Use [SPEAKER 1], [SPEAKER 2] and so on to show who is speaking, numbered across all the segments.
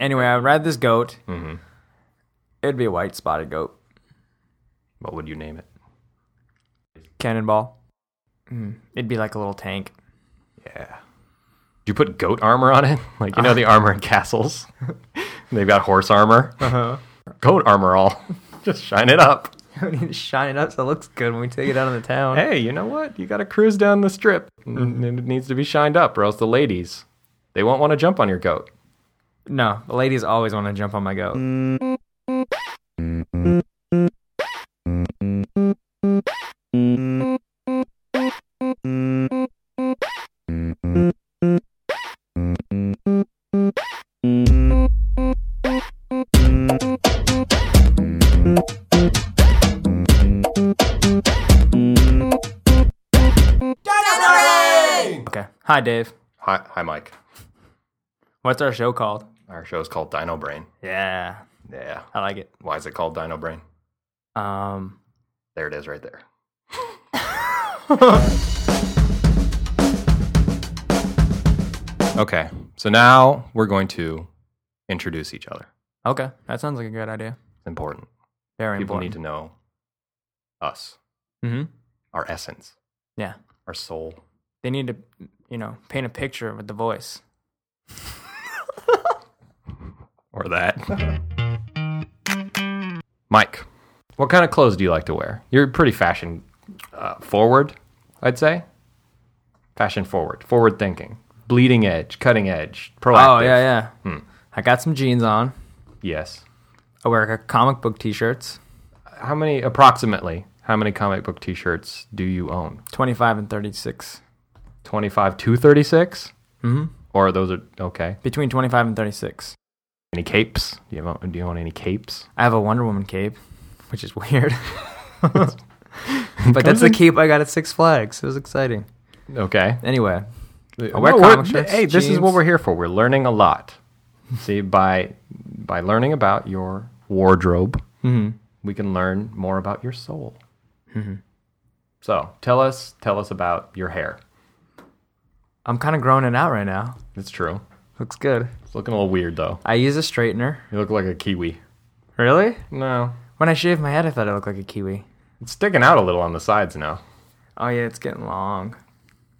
[SPEAKER 1] Anyway, I would ride this goat. It'd be a white spotted goat.
[SPEAKER 2] What would you name it?
[SPEAKER 1] Cannonball. Mm. It'd be like a little tank.
[SPEAKER 2] Yeah. Do you put goat armor on it? Like you know the armor in castles. They've got horse armor.
[SPEAKER 1] Uh-huh.
[SPEAKER 2] Goat armor all. Just shine it up.
[SPEAKER 1] we need to shine it up so it looks good when we take it out of the town.
[SPEAKER 2] Hey, you know what? You got to cruise down the strip. and It needs to be shined up, or else the ladies, they won't want to jump on your goat.
[SPEAKER 1] No, the ladies always want to jump on my goat. Okay. Hi, Dave.
[SPEAKER 2] Hi, hi, Mike.
[SPEAKER 1] What's our show called?
[SPEAKER 2] Our show is called Dino Brain.
[SPEAKER 1] Yeah,
[SPEAKER 2] Yeah.
[SPEAKER 1] I like it.
[SPEAKER 2] Why is it called Dino Brain?
[SPEAKER 1] Um,
[SPEAKER 2] There it is, right there. okay, so now we're going to introduce each other.
[SPEAKER 1] okay, that sounds like a good idea.
[SPEAKER 2] It's important.
[SPEAKER 1] Very
[SPEAKER 2] People
[SPEAKER 1] important.
[SPEAKER 2] need to know us,
[SPEAKER 1] hmm
[SPEAKER 2] our essence,
[SPEAKER 1] Yeah,
[SPEAKER 2] our soul.
[SPEAKER 1] they need to, you know, paint a picture with the voice.
[SPEAKER 2] or that. Mike, what kind of clothes do you like to wear? You're pretty fashion uh, forward, I'd say. Fashion forward, forward thinking, bleeding edge, cutting edge,
[SPEAKER 1] Oh
[SPEAKER 2] proactive.
[SPEAKER 1] yeah, yeah.
[SPEAKER 2] Hmm.
[SPEAKER 1] I got some jeans on.
[SPEAKER 2] Yes.
[SPEAKER 1] I wear comic book T-shirts,
[SPEAKER 2] How many, approximately, how many comic book t shirts do you own?
[SPEAKER 1] twenty-five and thirty-six.
[SPEAKER 2] 25 to 36?
[SPEAKER 1] Mm-hmm.
[SPEAKER 2] Or those are, okay.
[SPEAKER 1] Between twenty-five and thirty-six,
[SPEAKER 2] Any capes? Do you, have, do you own any capes?
[SPEAKER 1] I have a Wonder Woman cape, which is weird. but that's the cape I got at Six Flags. It was exciting.
[SPEAKER 2] Okay.
[SPEAKER 1] Anyway,
[SPEAKER 2] I
[SPEAKER 1] wear comic shirts,
[SPEAKER 2] Hey, this is
[SPEAKER 1] jeans.
[SPEAKER 2] what we're here for. We're learning a lot. See, by by learning about your wardrobe,
[SPEAKER 1] Mhm.
[SPEAKER 2] we can learn more about your soul.
[SPEAKER 1] Mm-hmm.
[SPEAKER 2] So, tell us tell us about your hair.
[SPEAKER 1] I'm kind of growing it out right now.
[SPEAKER 2] It's true.
[SPEAKER 1] Looks good.
[SPEAKER 2] It's looking a little weird though.
[SPEAKER 1] I use a straightener.
[SPEAKER 2] You look like a kiwi.
[SPEAKER 1] Really?
[SPEAKER 2] No,
[SPEAKER 1] When I shaved my head, I thought I looked like a kiwi.
[SPEAKER 2] it's sticking out a little on the sides now.
[SPEAKER 1] Oh yeah, it's getting long.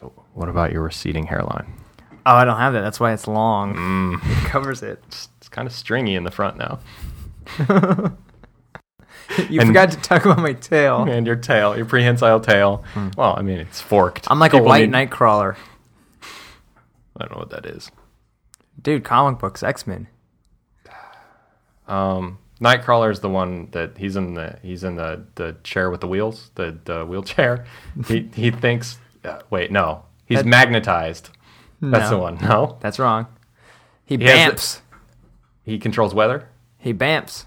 [SPEAKER 2] So, what about your receding hairline?
[SPEAKER 1] Oh, I don't have that. That's why it's long.
[SPEAKER 2] Mm.
[SPEAKER 1] It covers it.
[SPEAKER 2] It's, it's kind of stringy in the front now,
[SPEAKER 1] You
[SPEAKER 2] And-
[SPEAKER 1] forgot to talk about my tail.
[SPEAKER 2] and your tail, your prehensile tail. Well, I mean, it's forked.
[SPEAKER 1] Hmm. I'm like a
[SPEAKER 2] People
[SPEAKER 1] white
[SPEAKER 2] need-
[SPEAKER 1] night crawler.
[SPEAKER 2] I don't know what that is.
[SPEAKER 1] Dude, comic books, X Men.
[SPEAKER 2] Um, Nightcrawler is the one that he's in the he's in the, the chair with the wheels, the, the wheelchair. He he thinks. Uh, wait, no, he's
[SPEAKER 1] That-
[SPEAKER 2] magnetized. That's
[SPEAKER 1] No.
[SPEAKER 2] the one. No,
[SPEAKER 1] That's wrong. He
[SPEAKER 2] has the-
[SPEAKER 1] bamps.
[SPEAKER 2] he controls weather.
[SPEAKER 1] He bamps.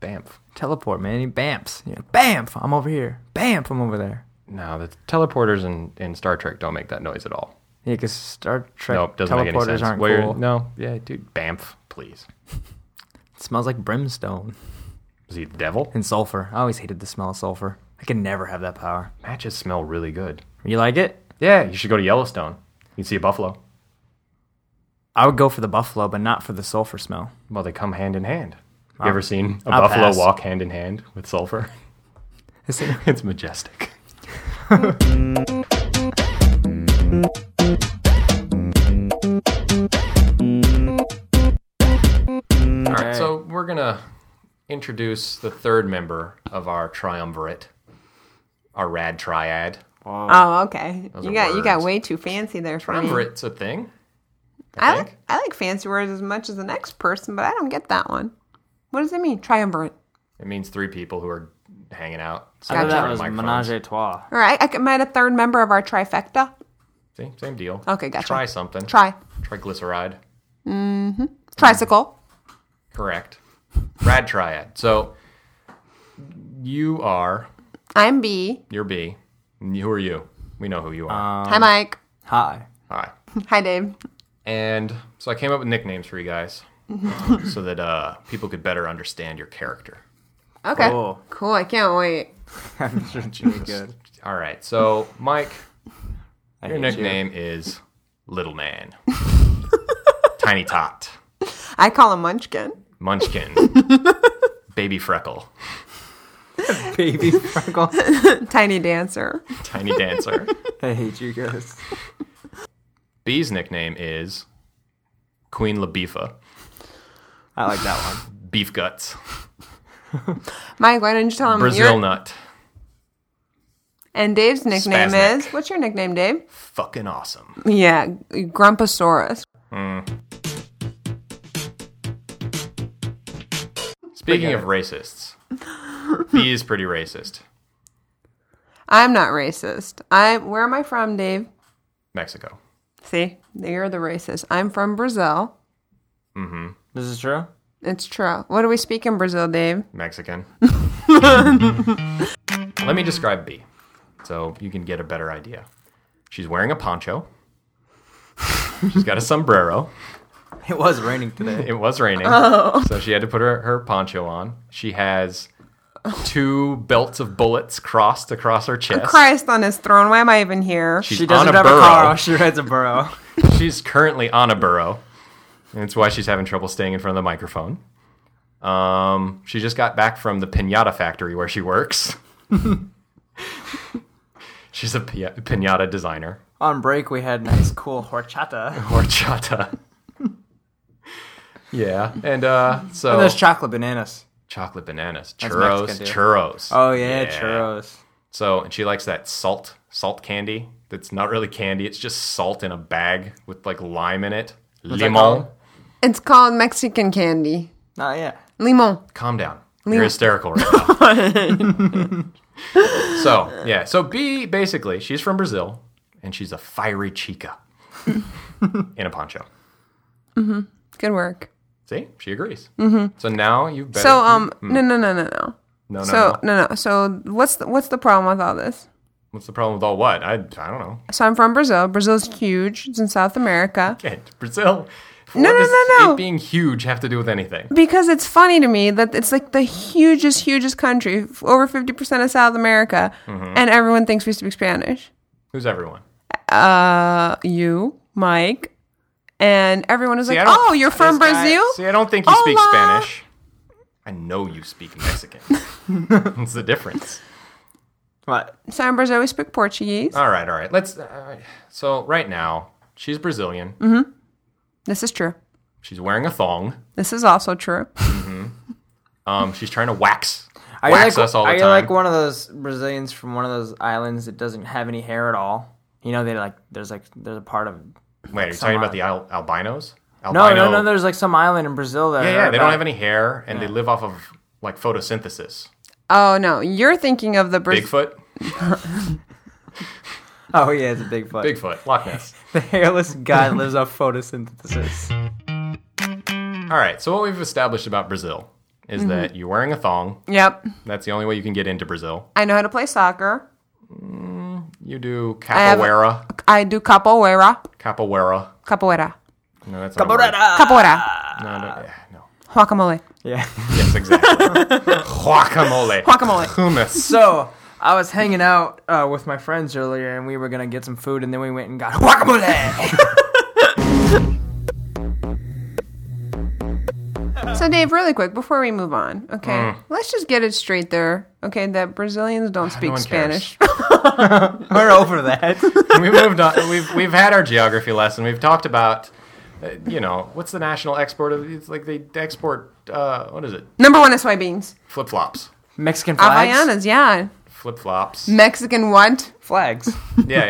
[SPEAKER 2] Bamf.
[SPEAKER 1] Teleport, man. He bamps. You know, bamf, I'm over here. Bamf, I'm over there.
[SPEAKER 2] No, the teleporters in, in Star Trek don't make that noise at all.
[SPEAKER 1] Yeah, because Star Trek
[SPEAKER 2] Nope, doesn't make any
[SPEAKER 1] teleporters
[SPEAKER 2] sense.
[SPEAKER 1] aren't
[SPEAKER 2] Where-
[SPEAKER 1] cool.
[SPEAKER 2] No, yeah, dude, Bamf, please.
[SPEAKER 1] It smells like brimstone
[SPEAKER 2] Is he the devil?
[SPEAKER 1] and sulfur. I always hated the smell of sulfur. I can never have that power.
[SPEAKER 2] Matches smell really good.
[SPEAKER 1] You like it?
[SPEAKER 2] Yeah, you should go to Yellowstone. You can see a buffalo.
[SPEAKER 1] I would go for the buffalo, but not for the sulfur smell.
[SPEAKER 2] Well, they come hand in hand. You ever seen a
[SPEAKER 1] I'll
[SPEAKER 2] buffalo
[SPEAKER 1] pass.
[SPEAKER 2] walk hand in hand with sulfur?
[SPEAKER 1] Is it-
[SPEAKER 2] It's majestic. All right, so we're gonna introduce the third member of our triumvirate, our rad triad.
[SPEAKER 3] Oh, okay.
[SPEAKER 2] are
[SPEAKER 3] You got you got
[SPEAKER 2] words.
[SPEAKER 3] way too fancy there for me.
[SPEAKER 2] Triumvirate's a thing.
[SPEAKER 3] I
[SPEAKER 2] think.
[SPEAKER 3] like I like fancy words as much as the next person, but I don't get that one. What does it mean? Triumvirate.
[SPEAKER 2] It means three people who are hanging out.
[SPEAKER 1] I thought
[SPEAKER 3] Gotcha.
[SPEAKER 1] that was menage a trois.
[SPEAKER 3] All right, I am I a third member of our trifecta?
[SPEAKER 2] See, same deal.
[SPEAKER 3] Okay, gotcha.
[SPEAKER 2] Try something.
[SPEAKER 3] Try
[SPEAKER 2] Triglyceride.
[SPEAKER 3] tricycle.
[SPEAKER 2] Correct. Rad triad. So you are
[SPEAKER 3] I'm B.
[SPEAKER 2] You're B. And Who are you? We know who you are.
[SPEAKER 3] Hi, Mike.
[SPEAKER 1] Hi.
[SPEAKER 2] Hi.
[SPEAKER 3] Hi, Dave.
[SPEAKER 2] And so I came up with nicknames for you guys so that uh, people could better understand your character.
[SPEAKER 3] Okay.
[SPEAKER 1] Cool.
[SPEAKER 3] Cool. I can't wait.
[SPEAKER 1] I'm sure it's really good.
[SPEAKER 2] All right. So, Mike,
[SPEAKER 1] I
[SPEAKER 2] your
[SPEAKER 1] hate you.
[SPEAKER 2] nickname is Little Man, Tiny Tot.
[SPEAKER 3] I call him Munchkin.
[SPEAKER 2] Munchkin, baby freckle,
[SPEAKER 1] Baby freckle.
[SPEAKER 3] Tiny dancer.
[SPEAKER 2] tiny dancer.
[SPEAKER 1] I hate you guys.
[SPEAKER 2] Bee's nickname is Queen Labifa,
[SPEAKER 1] I like that one.
[SPEAKER 2] beef guts,
[SPEAKER 3] Mike, why don't you tell him
[SPEAKER 2] Brazil
[SPEAKER 3] your-
[SPEAKER 2] nut.
[SPEAKER 3] And Dave's nickname
[SPEAKER 2] Spaznik.
[SPEAKER 3] is what's your nickname, Dave?
[SPEAKER 2] Fucking awesome.
[SPEAKER 3] Yeah, Grumposaurus.
[SPEAKER 2] Speaking of racists, Bee is pretty racist.
[SPEAKER 3] I'm not racist. I where am I from, Dave?
[SPEAKER 2] Mexico.
[SPEAKER 3] See, you're the racist. I'm from Brazil.
[SPEAKER 1] This is true.
[SPEAKER 3] It's true. What do we speak in Brazil, Dave?
[SPEAKER 2] Mexican. Let me describe B so you can get a better idea. She's wearing a poncho. She's got a sombrero.
[SPEAKER 1] It was raining today.
[SPEAKER 2] It was raining. So she had to put her, her poncho on. She has two belts of bullets crossed across her chest.
[SPEAKER 3] Christ on his throne. Why am I even here?
[SPEAKER 2] She's
[SPEAKER 1] She
[SPEAKER 2] on a
[SPEAKER 1] doesn't have
[SPEAKER 2] burrow.
[SPEAKER 1] a car. She rides a burrow.
[SPEAKER 2] She's currently on a burrow. And that's why she's having trouble staying in front of the microphone. Um, she just got back from the pinata factory where she works. she's a pi- pinata designer.
[SPEAKER 1] On break, we had nice, cool horchata.
[SPEAKER 2] Horchata. yeah. And uh, so
[SPEAKER 1] And there's chocolate bananas.
[SPEAKER 2] chocolate bananas,
[SPEAKER 1] That's
[SPEAKER 2] churros,
[SPEAKER 1] Mexican, dude.
[SPEAKER 2] churros.
[SPEAKER 1] Oh yeah, churros.
[SPEAKER 2] So, and she likes that salt, salt candy. That's not really candy. It's just salt in a bag with like lime in it.
[SPEAKER 1] that
[SPEAKER 2] Limon.
[SPEAKER 1] called?
[SPEAKER 3] It's called Mexican candy.
[SPEAKER 1] Oh yeah.
[SPEAKER 3] Limon.
[SPEAKER 2] Calm down. You're hysterical right now. so, yeah. So, B basically, she's from Brazil and she's a fiery chica in a poncho.
[SPEAKER 3] Good work.
[SPEAKER 2] See, she agrees. Mm-hmm. So now you've better.
[SPEAKER 3] So um no no no no no.
[SPEAKER 2] no, no,
[SPEAKER 3] So
[SPEAKER 2] no.
[SPEAKER 3] no no. So what's the, what's the problem with all this?
[SPEAKER 2] What's the problem with all what? I, I don't know.
[SPEAKER 3] So I'm from Brazil. Brazil's huge. It's in South America.
[SPEAKER 2] Okay, Brazil.
[SPEAKER 3] No,
[SPEAKER 2] What
[SPEAKER 3] no,
[SPEAKER 2] does
[SPEAKER 3] no, no.
[SPEAKER 2] It being huge have to do with anything.
[SPEAKER 3] Because it's funny to me that it's like the hugest, hugest country, f- over 50% of South America,
[SPEAKER 2] Mm-hmm.
[SPEAKER 3] and everyone thinks we speak Spanish.
[SPEAKER 2] Who's everyone?
[SPEAKER 3] Uh, you, Mike, and everyone is
[SPEAKER 2] See, I
[SPEAKER 3] like,
[SPEAKER 2] don't-
[SPEAKER 3] oh, you're from
[SPEAKER 1] this guy-
[SPEAKER 3] Brazil?
[SPEAKER 2] See, I don't think you speak
[SPEAKER 3] Hola.
[SPEAKER 2] Spanish. I know you speak Mexican. What's the difference?
[SPEAKER 1] What?
[SPEAKER 3] So in Brazil, we speak Portuguese.
[SPEAKER 2] All right, all right. Let's. All right. So right now, she's Brazilian.
[SPEAKER 1] Mm-hmm.
[SPEAKER 3] This is true.
[SPEAKER 2] She's wearing a thong.
[SPEAKER 3] This is also true.
[SPEAKER 2] Um, she's trying to wax,
[SPEAKER 1] Are you
[SPEAKER 2] wax
[SPEAKER 1] like,
[SPEAKER 2] us all the
[SPEAKER 1] are you
[SPEAKER 2] time.
[SPEAKER 1] like one of those Brazilians from one of those islands that doesn't have any hair at all? You know, they like there's like there's a part of
[SPEAKER 2] Wait, are you talking about the al- albinos?
[SPEAKER 1] no,
[SPEAKER 2] Albino.
[SPEAKER 1] no, no. There's like some island in Brazil that
[SPEAKER 2] yeah,
[SPEAKER 1] I
[SPEAKER 2] yeah.
[SPEAKER 1] heard
[SPEAKER 2] They don't
[SPEAKER 1] about.
[SPEAKER 2] have any hair, and they live off of like photosynthesis.
[SPEAKER 3] Oh, no. You're thinking of the Brazil.
[SPEAKER 2] Bigfoot,
[SPEAKER 1] Oh yeah, it's a Bigfoot.
[SPEAKER 2] Bigfoot, Loch Ness.
[SPEAKER 1] The hairless guy lives off photosynthesis.
[SPEAKER 2] All right. So what we've established about Brazil is
[SPEAKER 1] Mm-hmm.
[SPEAKER 2] that you're wearing a thong.
[SPEAKER 3] Yep.
[SPEAKER 2] That's the only way you can get into Brazil.
[SPEAKER 3] I know how to play soccer.
[SPEAKER 2] You do
[SPEAKER 3] have-
[SPEAKER 2] capoeira.
[SPEAKER 3] I do capoeira.
[SPEAKER 2] Capoeira.
[SPEAKER 3] Capoeira.
[SPEAKER 2] No, that's not a word.
[SPEAKER 3] Capoeira.
[SPEAKER 2] No, no, yeah, no.
[SPEAKER 3] Guacamole.
[SPEAKER 1] Yeah.
[SPEAKER 2] Yes, exactly. Guacamole.
[SPEAKER 3] Guacamole.
[SPEAKER 2] Hummus.
[SPEAKER 1] So I was hanging out uh, with my friends earlier, and we were gonna get some food, and then we went and got guacamole.
[SPEAKER 3] So, Dave, really quick before we move on, okay,
[SPEAKER 2] Mm.
[SPEAKER 3] let's just get it straight there, okay, that Brazilians don't speak
[SPEAKER 2] Ah, one cares.
[SPEAKER 3] Spanish.
[SPEAKER 1] we're over that.
[SPEAKER 2] we moved on. We've we've had our geography lesson. We've talked about, uh, you know, what's the national export of? It's like they export. Uh, what is it?
[SPEAKER 3] Number one is soybeans.
[SPEAKER 2] Flip flops.
[SPEAKER 1] Mexican flags.
[SPEAKER 3] Havaianas, yeah.
[SPEAKER 2] Flip flops.
[SPEAKER 3] Mexican what?
[SPEAKER 1] Flags.
[SPEAKER 2] Yeah,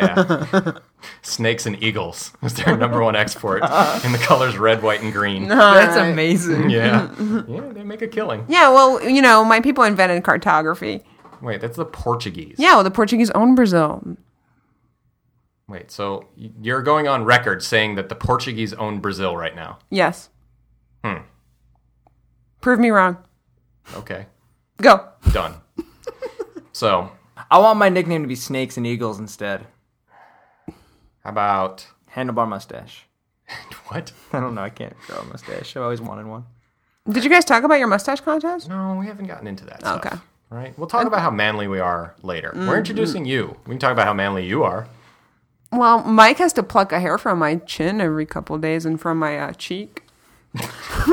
[SPEAKER 2] yeah. Snakes and eagles is their number one export, and the colors red, white, and green.
[SPEAKER 1] That's
[SPEAKER 3] Alright.
[SPEAKER 1] amazing.
[SPEAKER 2] Yeah, yeah, they make a killing.
[SPEAKER 3] Yeah, well, you know, my people invented cartography.
[SPEAKER 2] Wait, that's the Portuguese.
[SPEAKER 3] Yeah, well, the Portuguese own Brazil.
[SPEAKER 2] Wait, so y- you're going on record saying that the Portuguese own Brazil right now?
[SPEAKER 3] Yes. Prove me wrong.
[SPEAKER 2] Okay,
[SPEAKER 3] Go.
[SPEAKER 2] done. so,
[SPEAKER 1] I want my nickname to be Snakes and Eagles instead.
[SPEAKER 2] how about
[SPEAKER 1] Handlebar mustache.
[SPEAKER 2] what?
[SPEAKER 1] I don't know. I can't grow a mustache. I've always wanted one.
[SPEAKER 3] Did you guys talk about your mustache contest?
[SPEAKER 2] No, we haven't gotten into that. Stuff,
[SPEAKER 3] Okay.
[SPEAKER 2] Right. We'll talk about how manly we are later.
[SPEAKER 1] Mm-hmm.
[SPEAKER 2] We're introducing you. We can talk about how manly you are.
[SPEAKER 3] Well, Mike has to pluck a hair from my chin every couple days and from my uh, cheek.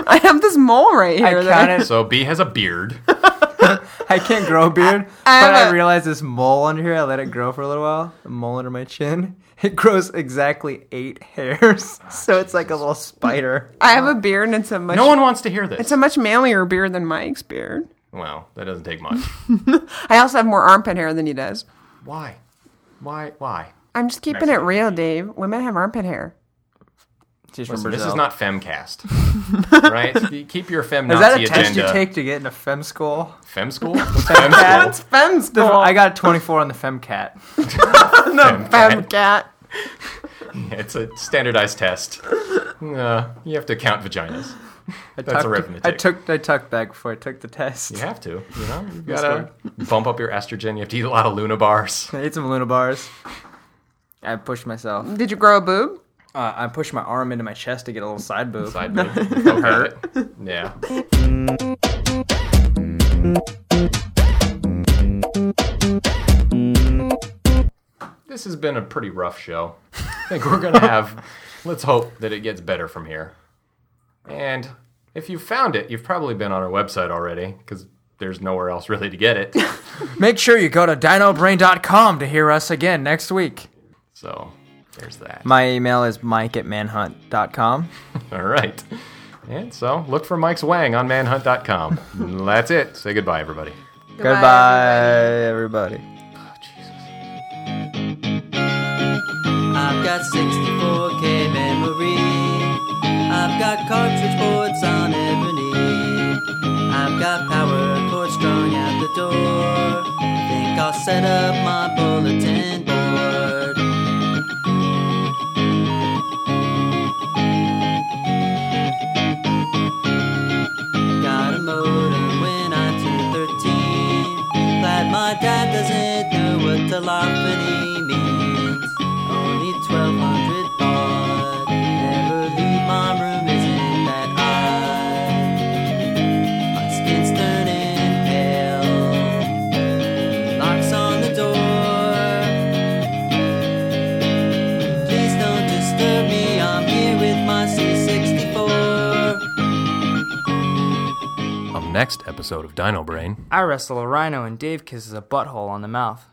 [SPEAKER 3] I have this mole right
[SPEAKER 1] I
[SPEAKER 3] here. that-
[SPEAKER 1] counted.
[SPEAKER 2] So B has a beard.
[SPEAKER 1] I can't grow a beard,
[SPEAKER 3] I
[SPEAKER 1] but
[SPEAKER 3] have
[SPEAKER 1] I
[SPEAKER 3] a-
[SPEAKER 1] realized this mole under here. I let it grow for a little while. The mole under my chin. It grows exactly eight hairs, so it's like a little spider.
[SPEAKER 3] I have a beard, and it's a much
[SPEAKER 2] No one wants to hear this.
[SPEAKER 3] it's a much manlier beard than Mike's beard.
[SPEAKER 2] well, that doesn't take much.
[SPEAKER 3] I also have more armpit hair than he does.
[SPEAKER 2] Why? Why? Why?
[SPEAKER 3] I'm just keeping it
[SPEAKER 2] Mexican.
[SPEAKER 3] real, Dave. Women have armpit hair.
[SPEAKER 1] She's from
[SPEAKER 2] Listen, this
[SPEAKER 1] Brazil.
[SPEAKER 2] is not femcast, right? You Keep your fem
[SPEAKER 1] Is that
[SPEAKER 2] Nazi
[SPEAKER 1] a test
[SPEAKER 2] agenda.
[SPEAKER 1] you take to get into fem school?
[SPEAKER 2] Fem school. What's fem school?
[SPEAKER 1] That's fem school.
[SPEAKER 3] Oh,
[SPEAKER 1] I got a 24 on the fem cat.
[SPEAKER 2] Fem
[SPEAKER 3] Fem
[SPEAKER 2] cat.
[SPEAKER 3] cat.
[SPEAKER 2] It's a standardized test. Uh, you have to count vaginas. That's
[SPEAKER 1] Tucked-
[SPEAKER 2] a arithmetic.
[SPEAKER 1] I took I tucked back before I took the test.
[SPEAKER 2] You have to. You know, you gotta bump up your estrogen. You have to eat a lot of Luna bars.
[SPEAKER 1] I ate some Luna bars. I pushed myself.
[SPEAKER 3] Did you grow a boob?
[SPEAKER 1] Uh, I pushed my arm into my chest to get a little side boob.
[SPEAKER 2] Side boob. Okay. Yeah. This has been a pretty rough show. I think we're gonna have. let's hope that it gets better from here. And if you found it, you've probably been on our website already because there's nowhere else really to get it.
[SPEAKER 1] Make sure you go to dinobrain.com to hear us again next week.
[SPEAKER 2] So there's that.
[SPEAKER 1] My email is mike at manhunt.com.
[SPEAKER 2] All right. And so look for Mike's Wang on manhunt.com. That's it. Say goodbye, everybody.
[SPEAKER 1] Goodbye, everybody.
[SPEAKER 4] I've got 64k memory. I've got cartridge boards on ebony. I've got power cords strung out the door. Think I'll set up my bulletin board. Got a modem when I turned 13. Glad my dad doesn't know what telephony means. Only 1200 baud. Never leave my room, isn't that odd? My skin's turning pale. Locks on the door. Please don't disturb me, I'm here with my C64.
[SPEAKER 2] On the next episode of Dino Brain.
[SPEAKER 5] I wrestle a rhino and Dave kisses a butthole on the mouth.